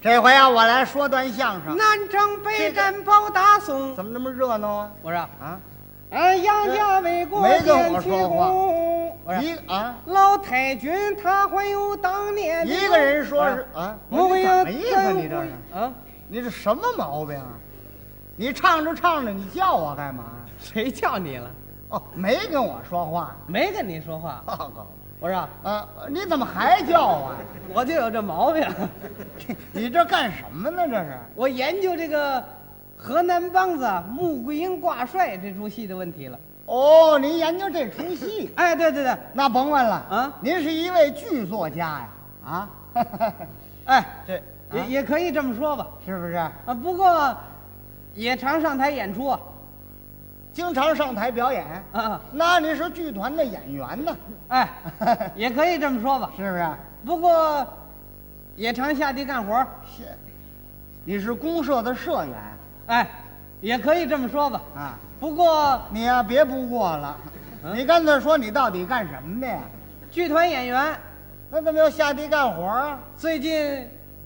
这回啊，我来说段相声，南征北战包打松。怎么那么热闹啊？我说，啊，哎，杨家为国没跟我建曲说话功。我一说，啊，老太君他还有当年的一个人说是啊，我你也怎么意思？真你这是，啊？你这什么毛病啊？你唱着唱着，你叫我干嘛呀？谁叫你了？哦，没跟我说话，没跟你说话。报告。我说，啊，你怎么还叫 啊？我就有这毛病， 你这干什么呢？这是我研究这个河南梆子啊穆桂英挂帅这出戏的问题了。哦，您研究这出 戏，哎，对对对，那甭问了啊您是一位剧作家呀，啊， 哎，这也、啊也可以这么说吧。是不是啊，不过也常上台演出啊。经常上台表演？啊，那你是剧团的演员呢，哎， 也可以这么说吧。是不是？不过也常下地干活儿，是，你是公社的社员哎，也可以这么说吧。啊？不过你呀、别不过了，嗯你干脆说你到底干什么的呀？剧团演员那怎么又下地干活啊？最近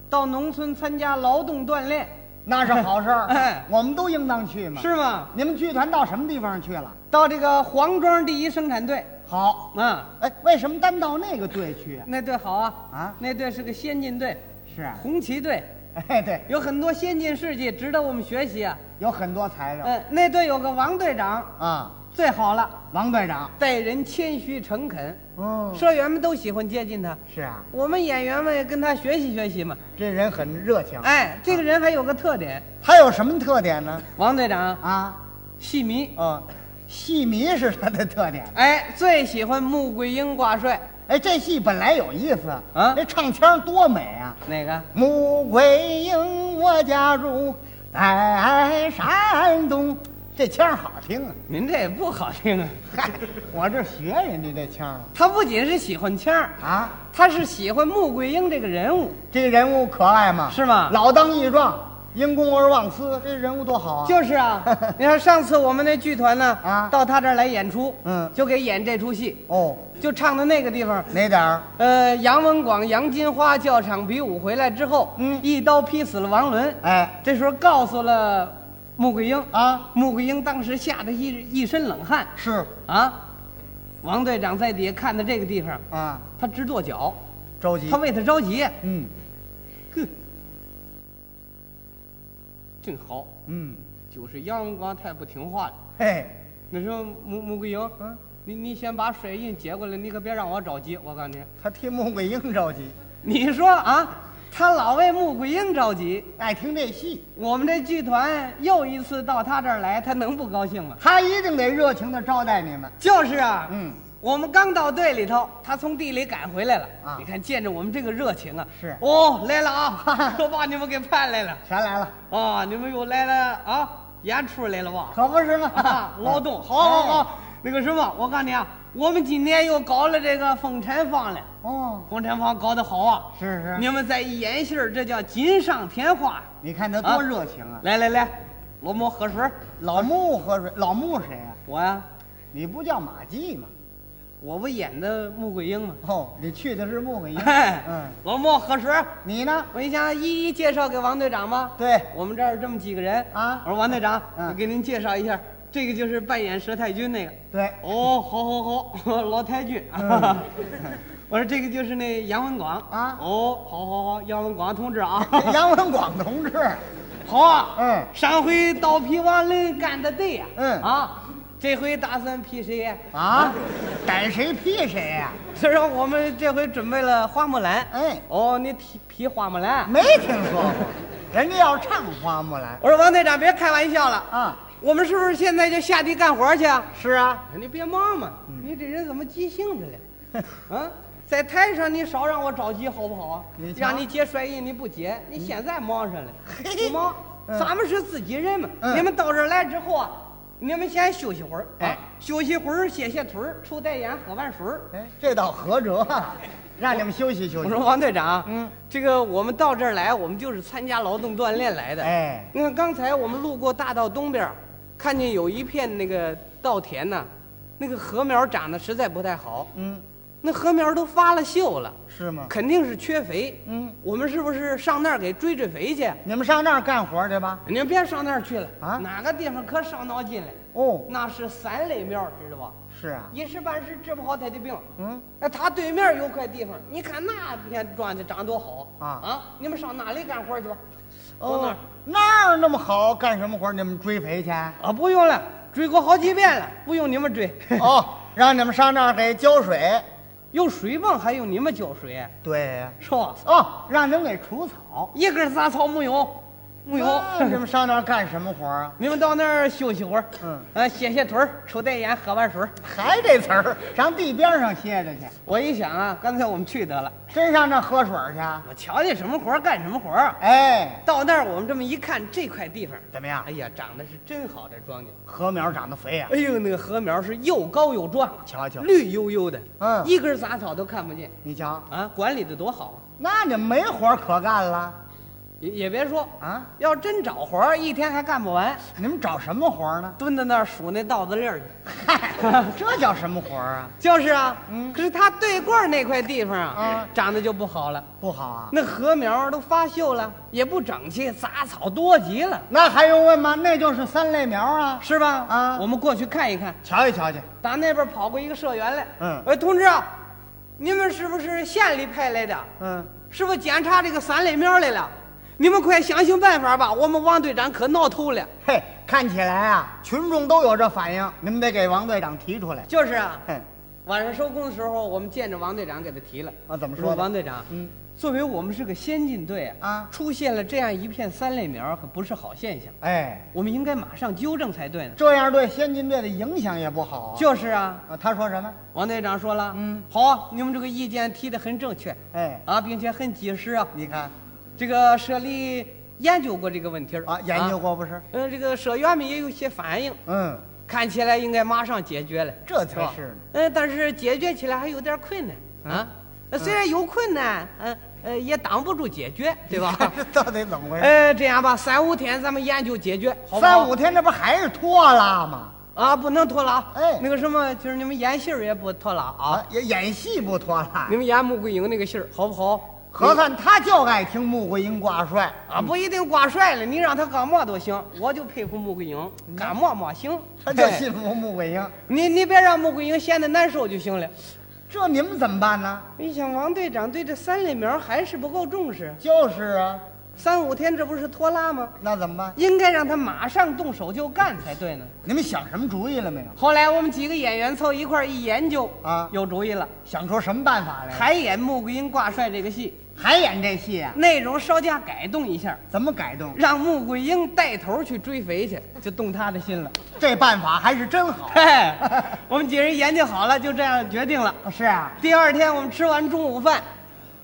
到农村参加劳动锻炼，那是好事儿， 哎我们都应当去嘛。是吗？你们剧团到什么地方去了？到这个黄庄第一生产队，好，啊，哎，为什么单到那个队去啊？那队好啊，啊那队是个先进队，是啊，红旗队，哎，对，有很多先进事迹值得我们学习啊。有很多材料嗯，那队有个王队长，啊。最好了，王队长，待人谦虚诚恳，嗯，社员们都喜欢接近他。是啊，我们演员们也跟他学习学习嘛。这人很热情。哎，这个人还有个特点，他有什么特点呢？王队长啊，戏迷，嗯，戏迷是他的特点。哎，最喜欢穆桂英挂帅，哎，这戏本来有意思啊那唱腔多美啊！哪个？穆桂英，我家住在山东，这腔儿好听啊！您这也不好听啊。嗨，我这学人家这腔儿他不仅是喜欢腔儿，啊啊！他是喜欢穆桂英这个人物，这人物可爱吗？是吗老当益壮，因公而忘私，这人物多好啊！就 是啊，你看上次我们那剧团呢，啊到他这儿来演出，嗯就给演这出戏，哦，就唱的那个地方，哪点儿？呃，杨文广、杨金花教场比武回来之后，嗯一刀劈死了王伦，哎，这时候告诉了穆桂英，啊，穆桂英当时吓得一一身冷汗是啊，王队长在底下看的这个地方，啊，他直跺脚，着急他。为他着急，嗯哼，真好，嗯，就是杨文广太不听话了。嘿，那什么穆穆桂英，嗯，你你先把水印接过来，你可别让我着急。我告诉你，他替穆桂英着急，你说啊，他老为穆桂英着急。爱听这戏，我们这剧团又一次到他这儿来，他能不高兴吗？他一定得热情的招待你们。就是啊，嗯，我们刚到队里头，他从地里赶回来了。啊你看见着我们这个热情啊，是哦，来 了啊，我把你们给盼来了全来了，啊，你们又来了啊，演出来 了吧？可不是吗？啊，劳哎动，好好好，那个什么，我告诉你啊，我们今年又搞了这个风尘坊了，哎哦，风尘坊搞得好啊，是是你们再一演戏儿这叫锦上添花。你看他多热情啊！来来来，老莫喝水儿，老穆喝水，老穆谁呀、我呀、你不叫马季吗？我不演的穆桂英吗？哦，你去的是穆桂英。 哎，嗯，老莫喝水儿，你呢？我一想一一介绍给王队长吧。对，我们这儿有这么几个人啊我说王队长，嗯我给您介绍一下，这个就是扮演佘太君那个。 对，哦，好好好， 老太君。嗯 我说这个就是那杨文广啊哦，好好好，杨文广同志啊， 杨文广同志， 好啊。嗯上回刀劈王伦干的对呀。嗯啊，这回打算劈谁呀？啊，逮谁劈谁呀、他说我们这回准备了花木兰。哎哦，你劈劈花木兰？没听说过，人家要唱花木兰我说王队长，别开玩笑了啊！啊，我们是不是现在就下地干活去啊？嗯是啊，你别忙嘛，你这人怎么急性子了？ 啊，在台上你少让我着急好不好啊你？瞧让你嗯接摔印你不接，你现在忙上了，嘿不忙。嗯咱们是自己人嘛，嗯你们到这儿来之后啊，你们先休息会儿，哎啊，休息会儿，歇歇腿儿，抽袋烟，喝碗水儿。哎，这倒合辙啊，让你们休息休我息说。王队长，啊嗯，这个我们到这儿来，我们就是参加劳动锻炼来的。哎你看刚才我们路过大道东边儿，看见有一片那个稻田呐，那个禾苗长得实在不太好。嗯，那禾苗都发了锈了，是吗？肯定是缺肥。嗯，我们是不是上那儿给追追肥去？你们上那儿干活去吧。您别上那儿去了啊哪个地方可伤脑筋了？哦，那是三类苗，知道吧？是啊，一时半时治不好他的病。嗯，哎，他对面有块地方，你看那片庄稼长多好啊啊！你们上哪里干活去吧？到那哦儿，那儿那么好，干什么活？你们追肥去？啊，不用了，追过好几遍了，不用你们追。 哦，让你们上那儿给浇水。有水泵还用你们浇水？对，是吧？哦，让你们给除草。一根杂草没有，没有。 那你们上那儿干什么活啊？你们到那儿休息会儿，嗯，呃，歇歇腿儿，抽袋烟，喝碗水儿。还这词儿，上地边上歇着去，我一想啊，干脆我们去得了。真上那儿喝水儿去？我瞧见什么活儿干什么活儿啊。哎，到那儿我们这么一看，这块地方，怎么样哎？呀，长得是真好，这庄稼。禾苗长得肥啊哎！呦，那个禾苗是又高又壮，瞧瞧绿油油的，嗯一根杂草都看不见你瞧，啊！管理的多好啊！那你没活儿可干了也也别说，啊？要真找活儿，一天还干不完，你们找什么活儿呢？蹲在那儿数那稻子粒儿去。嗨，这叫什么活儿啊？就是啊，嗯可是他对过儿那块地方啊啊，长得就不好了，不好啊？那禾苗都发锈了，也不整齐，杂草多极了，那还用问吗？那就是三类苗啊！是吧？啊我们过去看一看。瞧一瞧去，打那边跑过一个社员来，嗯哎，同志啊，你们是不是县里派来的？嗯，是不是检查这个三类苗来了？你们快想想办法吧，我们王队长可闹头了。嘿，看起来啊，群众都有这反应，你们得给王队长提出来。就是啊，嘿，晚上收工的时候，我们见着王队长给他提了。啊，怎么我说说王呢？队长，嗯，作为我们是个先进队啊出现了这样一片三类苗，可不是好现象，哎，我们应该马上纠正才对呢。这样对先进队的影响也不好啊。就是啊，啊，他说什么？王队长说了，嗯，好啊，你们这个意见提得很正确哎，啊，并且很及时啊。你看这个社里研究过这个问题儿啊，研究。过不是？呃，这个社员们也有些反应，嗯，看起来应该马上解决了，这才吧是呢嗯呃，但是解决起来还有点困难啊。呃虽然有困难，呃呃，也挡不住解决，对吧？ 这到底怎么回事？呃，这样吧，三五天咱们研究解决，哎好不好三五天，这不还是拖拉吗？啊，不能拖拉。哎那个什么，就是你们演戏儿也不拖拉啊啊，，演演戏不拖拉你。们演穆桂英那个戏儿好不好？和尚他就爱听穆桂英挂帅，啊，不一定挂帅了，你让他干嘛都行，我就佩服穆桂英，干嘛嘛行。嗯他就哎信服穆桂英。你你别让穆桂英闲得难受就行了。这你们怎么办呢？一想王队长对这三类苗还是不够重视，就是啊，三五天这不是拖拉吗？那怎么办？应该让他马上动手就干才对呢。你们想什么主意了没有？后来我们几个演员凑一块儿一研究啊有主意了，想出什么办法来了？还演穆桂英挂帅这个戏，还演这戏啊？内容稍加改动一下，怎么改动？让穆桂英带头去追肥去，就动他的心了。这办法还是真好。嘿，我们几人研究好了，就这样决定了。是啊，第二天我们吃完中午饭，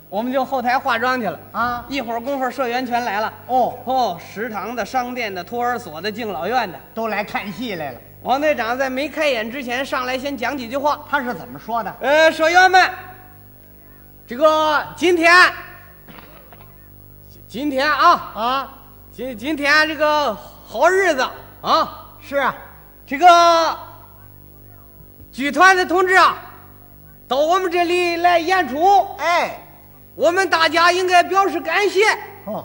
我们就后台化妆去了。啊，一会儿功夫，社员全来了。哦，哦，食堂的、商店的、托儿所的、敬老院的，都来看戏来了。王队长在没开演之前上来先讲几句话。他是怎么说的？呃，社员们，这个今天，今今天啊，啊，今今天这个好日子啊，是啊，这个剧团的同志啊，到我们这里来演出，哎，我们大家应该表示感谢。哦，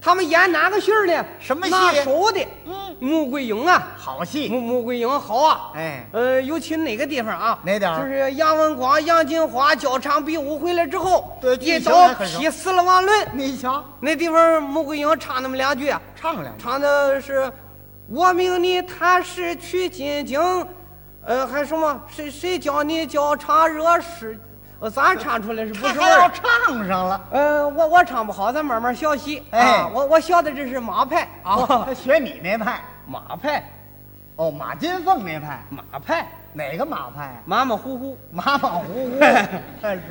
他们演哪个戏儿呢？什么戏拿手的，嗯，穆桂英啊，好 穆戏，穆桂英好啊。哎，呃，尤其哪个地方啊？哪点儿就是杨文广、杨金花交场比武回来之后，对一剧情刀还很熟劈死了王伦。你瞧，那地方穆桂英唱那么两句啊，唱两句。唱的是“我命你踏实去进京”，呃，还什么？谁谁教你交场惹事？呃，咱唱出来是不他是还味要儿？唱上了。呃，我我唱不好，咱慢慢学习。哎啊，我我学的这是马派啊哦他，学你那派 马派，哦，马金凤那派，马派，哪个马派啊？马马虎虎。马马虎虎，但是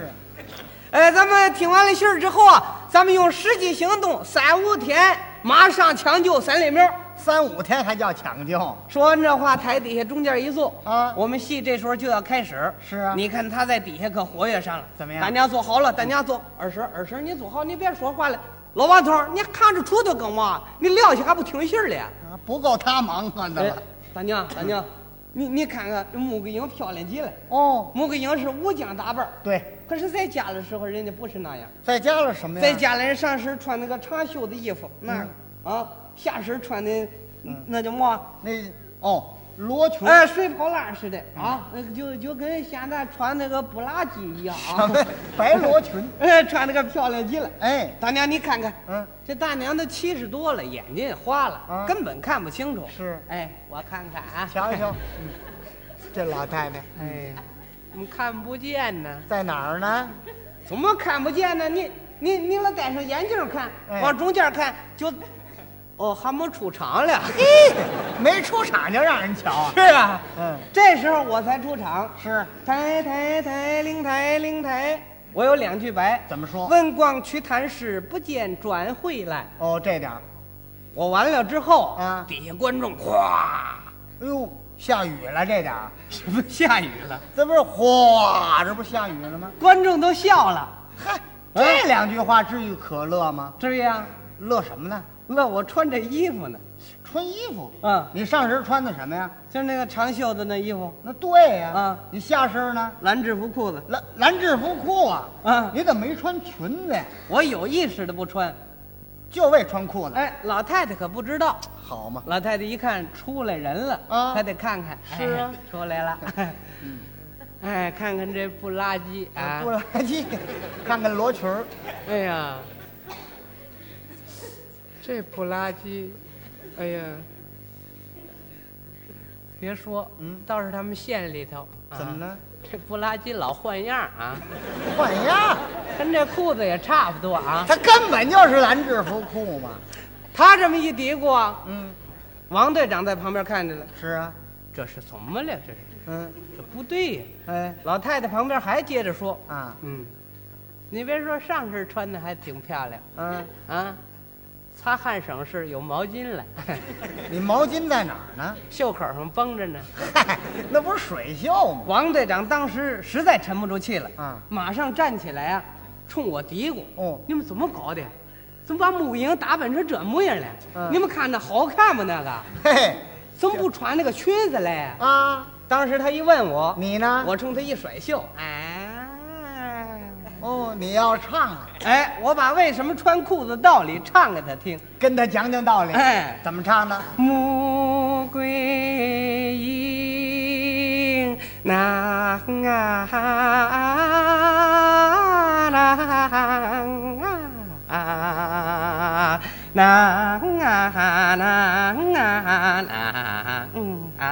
呃，咱们听完了信儿之后啊，咱们用实际行动，三五天马上抢救三里苗。三五天还叫抢救，说完这话，台底下中间一坐啊我们戏这时候就要开始。是啊你看他在底下可活跃上了，怎么样嗯大娘坐好了，大娘坐。二婶，二婶，你坐好，你别说话了。老王头，你看着锄头啊干嘛？你撂下还不听信儿了呀？啊不够他忙活的哎了。， 大娘，大娘，你你看看穆桂英漂亮极了，哦，穆桂英是武将打扮儿，对，可是在家的时候人家不是那样，在家了什么呀？在家里人上身穿那个长袖的衣服，那个、嗯啊下身穿的那叫么？那哦，罗裙。 哎，水泡烂似的嗯啊，那个就就跟现在穿那个布拉吉一样什啊么，白罗裙？ 哎，穿那个漂亮极了。哎，大娘，你看看，嗯，这大娘都七十多了，眼睛也花了，啊根本看不清楚。是哎，我看看啊，瞧 瞧，嗯，这老太太，哎呀，怎么看不见呢？在哪儿呢？怎么看不见呢？你你你老戴上眼镜看，哎往中间看就，哦，还没出场了。 没出场就让人瞧啊！ 是啊，嗯，这时候我才出场，是抬抬抬灵抬灵抬，我有两句白。怎么说？问光去探视，不见转回来。哦，这点儿。我完了之后，啊底下观众哗， 哎呦，下雨了，这点儿，什么下雨了？这不是哗，这不是下雨了吗？观众都笑了。嗨，这两句话至于可乐吗？至于啊，乐什么呢？乐我穿着衣服呢，穿衣服。嗯你上身穿的什么呀？就是那个长袖子那衣服，那对呀。啊你下身呢？蓝制服裤子，蓝蓝制服裤啊。啊你怎么没穿裙子呀？我有意识的不穿。就为穿裤子。哎，老太太可不知道，好嘛，老太太一看出来人了，啊她得看看，是啊哎出来 了，哎，看看这布拉吉哎啊不，垃 圾，看看罗裙儿，哎呀，这布拉吉，哎呀，别说，嗯，倒是他们县里头怎么？啊了？这布拉吉老换样儿 啊，换样儿，跟这裤子也差不多啊。他根本就是蓝制服裤嘛。 他这么一嘀咕啊，嗯，王队长在旁边看着了，是啊，这是怎么了？这是嗯，这不对呀、哎，老太太旁边还接着说啊，：“嗯，你别说，上身穿的还挺漂亮嗯，啊，擦汗省事，有毛巾了，你毛巾在哪儿呢？ 袖口上绷着呢。嗨，那不是水袖”吗？王队长当时实在沉不住气了啊马上站起来啊，冲我嘀咕：“哦你们怎么搞的？怎么把母婴打扮成这模样了？嗯你们看着好看吗？那个嘿嘿，怎么不穿那个裙子嘞？”啊啊，当时他一问我，你呢？我冲他一甩袖，哎，哦，你要唱啊，哎，我把为什么穿裤子道理唱给他听。跟他讲讲道理。哎怎么唱的？穆桂英，那啊啊啊，那啊那啊那啊。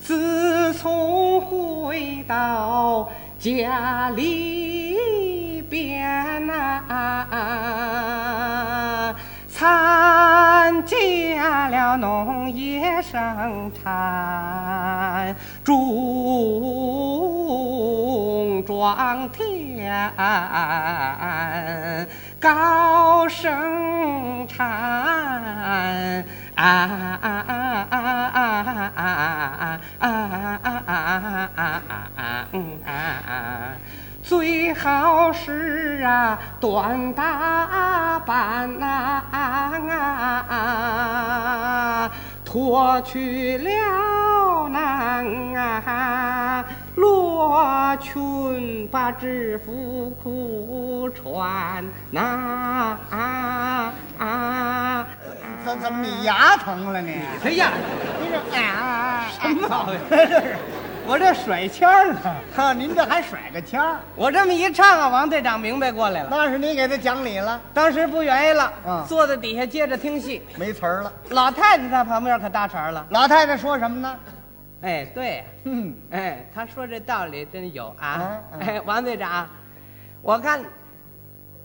自从回到家里边呐、参加了农业生产，种庄田，高生产。啊啊啊啊啊啊啊啊！嗯啊，最好是啊短打扮呐啊，脱去了那啊罗裙，把制服裤穿呐啊啊啊！怎怎么你牙疼了你？哎呀，你这啊，什么毛病这是我这甩签儿呢！哈，您这还甩个腔儿，我这么一唱啊，王队长明白过来了，那是你给他讲理了，当时不愿意了，嗯坐在底下接着听戏。没词儿了。老太太在旁边可搭茬了，老太太说什么呢？哎，对呀、嗯，哎，他说这道理真有啊嗯！嗯哎，王队长，我看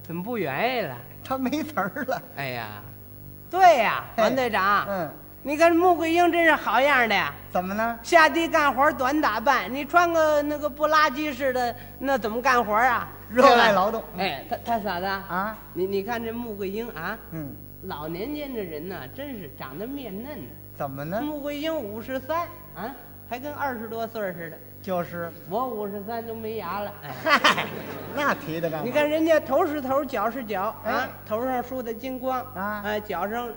怎么不愿意了？他没词儿 了。哎呀，对呀、嘿王队长，嗯，你看穆桂英真是好样的呀！怎么呢？下地干活短打扮，你穿个那个不拉几似的，那怎么干活啊？热爱劳动嗯哎，他他嫂子啊，你你看这穆桂英啊，嗯，老年间这人呐，真是长得面嫩呢、怎么呢？穆桂英五十三啊，还跟二十多岁儿似的。就是，我五十三都没牙了。哎， 嗨， 那提的干嘛？你看人家头是头，脚是脚哎啊，头上梳的金光啊哎，脚上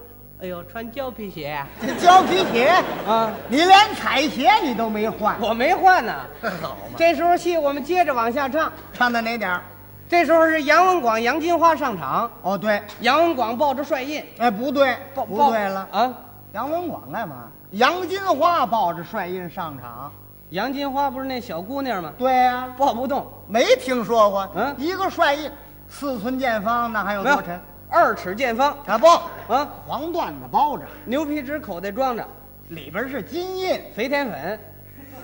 哎呦，穿胶皮鞋这胶皮鞋，啊，你连彩鞋你都没换，我没换呢。好嘛？这时候戏我们接着往下唱，唱到哪点儿？这时候是杨文广、杨金花上场，哦，对，杨文广抱着帅印，哎，不对，抱不抱对了，啊！杨文广干嘛？杨金花抱着帅印上场。杨金花不是那小姑娘吗？对呀、抱不动，没听说过。嗯一个帅印，四寸见方，那还有没多有沉？二尺见方啊不，啊，黄缎子包着，牛皮纸口袋装着里边是金印，肥田粉，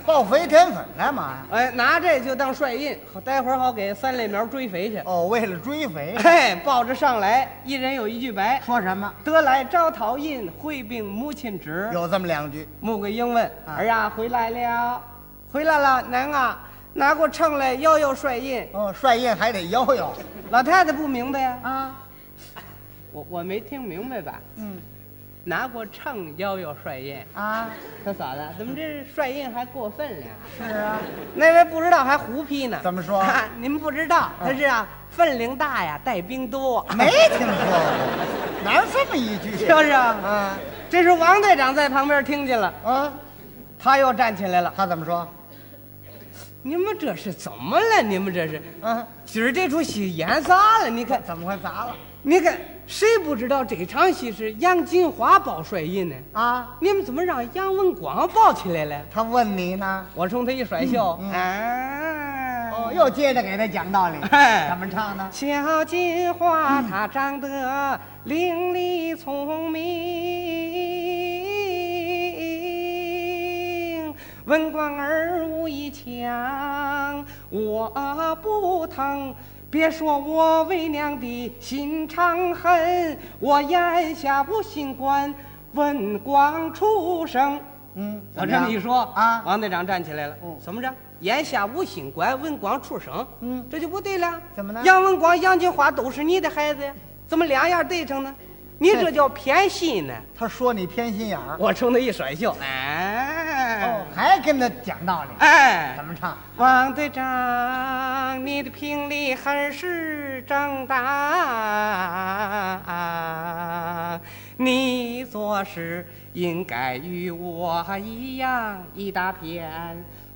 爆肥田粉干嘛呀？哎，拿这就当帅印，好待会儿好给三类苗追肥去。哦，为了追肥， 嘿，抱着上来，一人有一句白，说什么？得来招桃印，会并母亲侄。有这么两句，穆桂英问：“儿啊，回来了，回来了，娘啊，拿过秤来，要要帅印。哦，帅印还得悠悠”老太太不明白呀，啊，我我没听明白吧？嗯拿过秤要要帅印，啊，他嫂子怎么嗯这帅印还过分了？是啊，那位不知道还胡批呢？啊怎么说您不知道，他是啊，分龄大呀，带兵多。没听说过，哪有这么一句？ 就是啊，啊这时候王队长在旁边听见了，啊，他又站起来了。他怎么说？你们这是怎么了？你们这是啊，今儿这出戏演砸了？你看，怎么会砸了？你看，谁不知道这场戏是杨金花抱帅印呢？啊，你们怎么让杨文广抱起来了？他问你呢？我冲他一甩袖，嗯嗯啊！哦，又接着给他讲道 理，哎怎么唱呢？小金花她长得伶俐聪明，文官儿武艺强，我不疼。别说我为娘的心肠狠，我眼下无心官，文官出生。嗯，我怎这么样一说啊，王队长站起来了。嗯怎么着？眼下无心官，文广出生。嗯这就不对了。怎么了杨文广、杨金花都是你的孩子呀，怎么两样对上呢？你这叫偏心呢！他说你偏心眼 儿，我冲他一甩袖，哎哦，，还跟他讲道理，哎怎，么唱？王队长，你的评理很是正当，你做事应该与我一样一大片，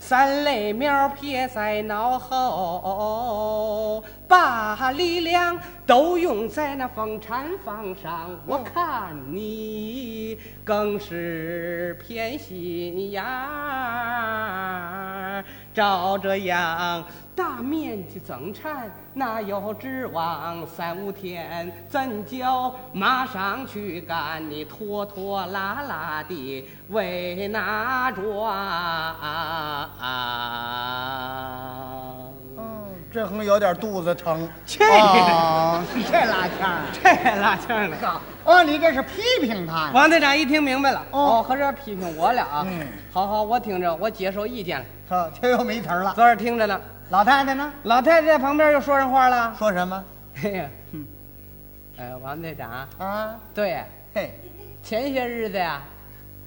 三类苗撇在脑后，把力量都用在那风禅方上。我看你更是偏心眼儿。照这样大面积增产，哪有指望三五天咱就马上去干？你拖拖拉拉的为啊哪桩？嗯，这横有点肚子疼。去你的哦 这拉腔儿这拉腔的。啊！哦，你这是批评他呀？王队长一听明白了，哦哦，合着批评我了啊！嗯好好，我听着，我接受意见了。呵，啊这又没词儿了。昨儿听着呢，老太太呢？老太太在旁边又说上话了。说什么哎呀，嗯哼呃，王队长，啊？对，嘿，前些日子呀，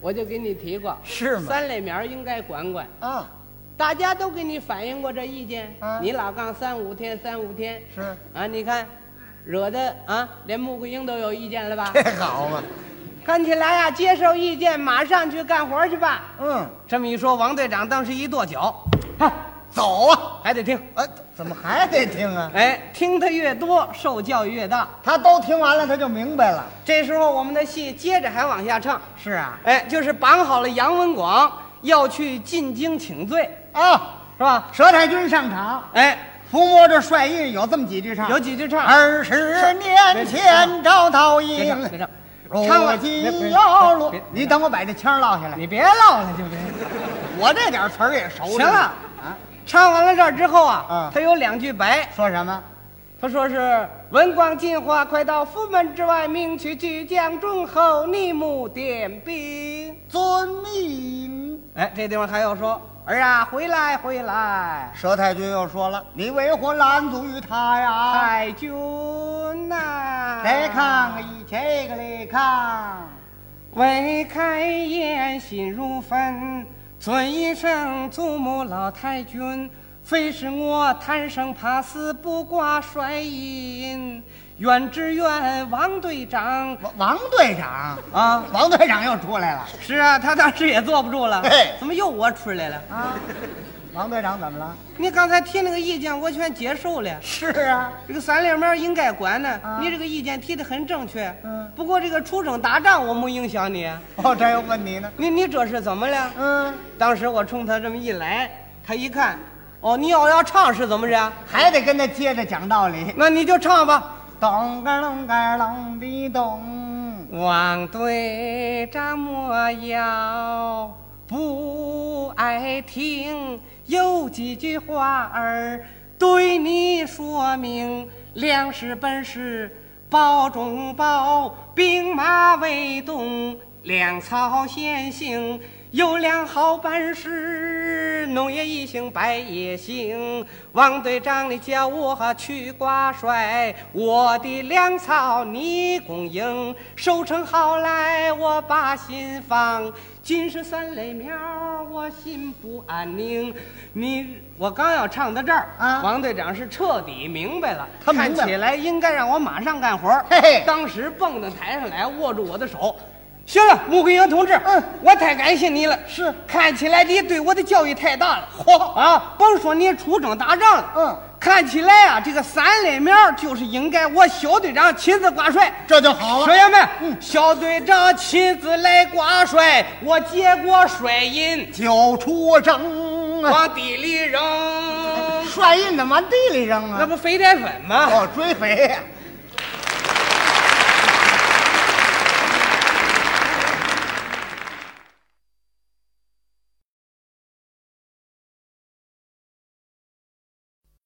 我就给你提过，是吗？三类苗应该管管。啊，大家都给你反映过这意见，啊你老杠三五天，三五天 是，啊，你看，惹得啊，连穆桂英都有意见了吧？这好嘛？看起来呀，接受意见，马上去干活去吧。嗯，这么一说，王队长当时一跺脚，哈，走啊！还得听。哎，怎么还得听啊？哎，听得越多，受教育越大。他都听完了，他就明白了。这时候，我们的戏接着还往下唱。是啊，哎，就是绑好了杨文广要去进京请罪，啊，是吧？佘太君上场，哎，抚摸着帅印，有这么几句唱。有几句唱，啊二十年前招桃别英唱，，别唱，如今要落。你等我把这腔落下来。你别唠了，就别。我这点词儿也熟行着呢了啊，唱完了这儿之后啊嗯，他有两句白，说什么？他说是文广进化，快到府门之外，命去巨将忠厚，逆目点兵。遵命。哎，这地方还要说儿啊，回来回来，佘太君又说了：“你为何拦阻于他呀？太君呐，来看一这个来看，未开眼，心如焚。尊一声祖母老太君，非是我贪生怕死不挂帅印。远志远王队长王王队长，啊，王队长又出来了是啊，他当时也坐不住了嘿。怎么又我出来了？啊！王队长怎么了？你刚才提那个意见，我全接受了。是啊，这个三连面应该管呢，啊你这个意见提的很正确。嗯不过这个出征打仗我没影响你，我这又问你呢。你你这是怎么了？嗯，当时我冲他这么一来，他一看，哦，你要要唱是怎么着？还得跟他接着讲道理。那你就唱吧。咚个隆个隆的咚，王队长莫要不爱听，有几句话儿对你说明：粮食本是包中包，兵马未动，粮草先行。有粮好本事，农业一行百业兴。王队长，你叫我去挂帅，我的粮草你供应，收成好来我把心放。今是三类苗，我心不安宁。你，我刚要唱到这儿，啊王队长是彻底明白了，他明白了看起来应该让我马上干活儿。嘿嘿当时蹦到台上来，握住我的手。行了，穆桂英同志，嗯我太感谢你了。是看起来你对我的教育太大了。嚯啊，甭说你出征打仗了，嗯，看起来啊，这个三连面就是应该我小队长亲自挂帅。这就好啊嗯学了。员们，小队长亲自来挂帅，我接过帅印九出征啊，往地里扔，嗯帅印怎么往地里扔那啊？不肥宅粉吗？哦，追肥。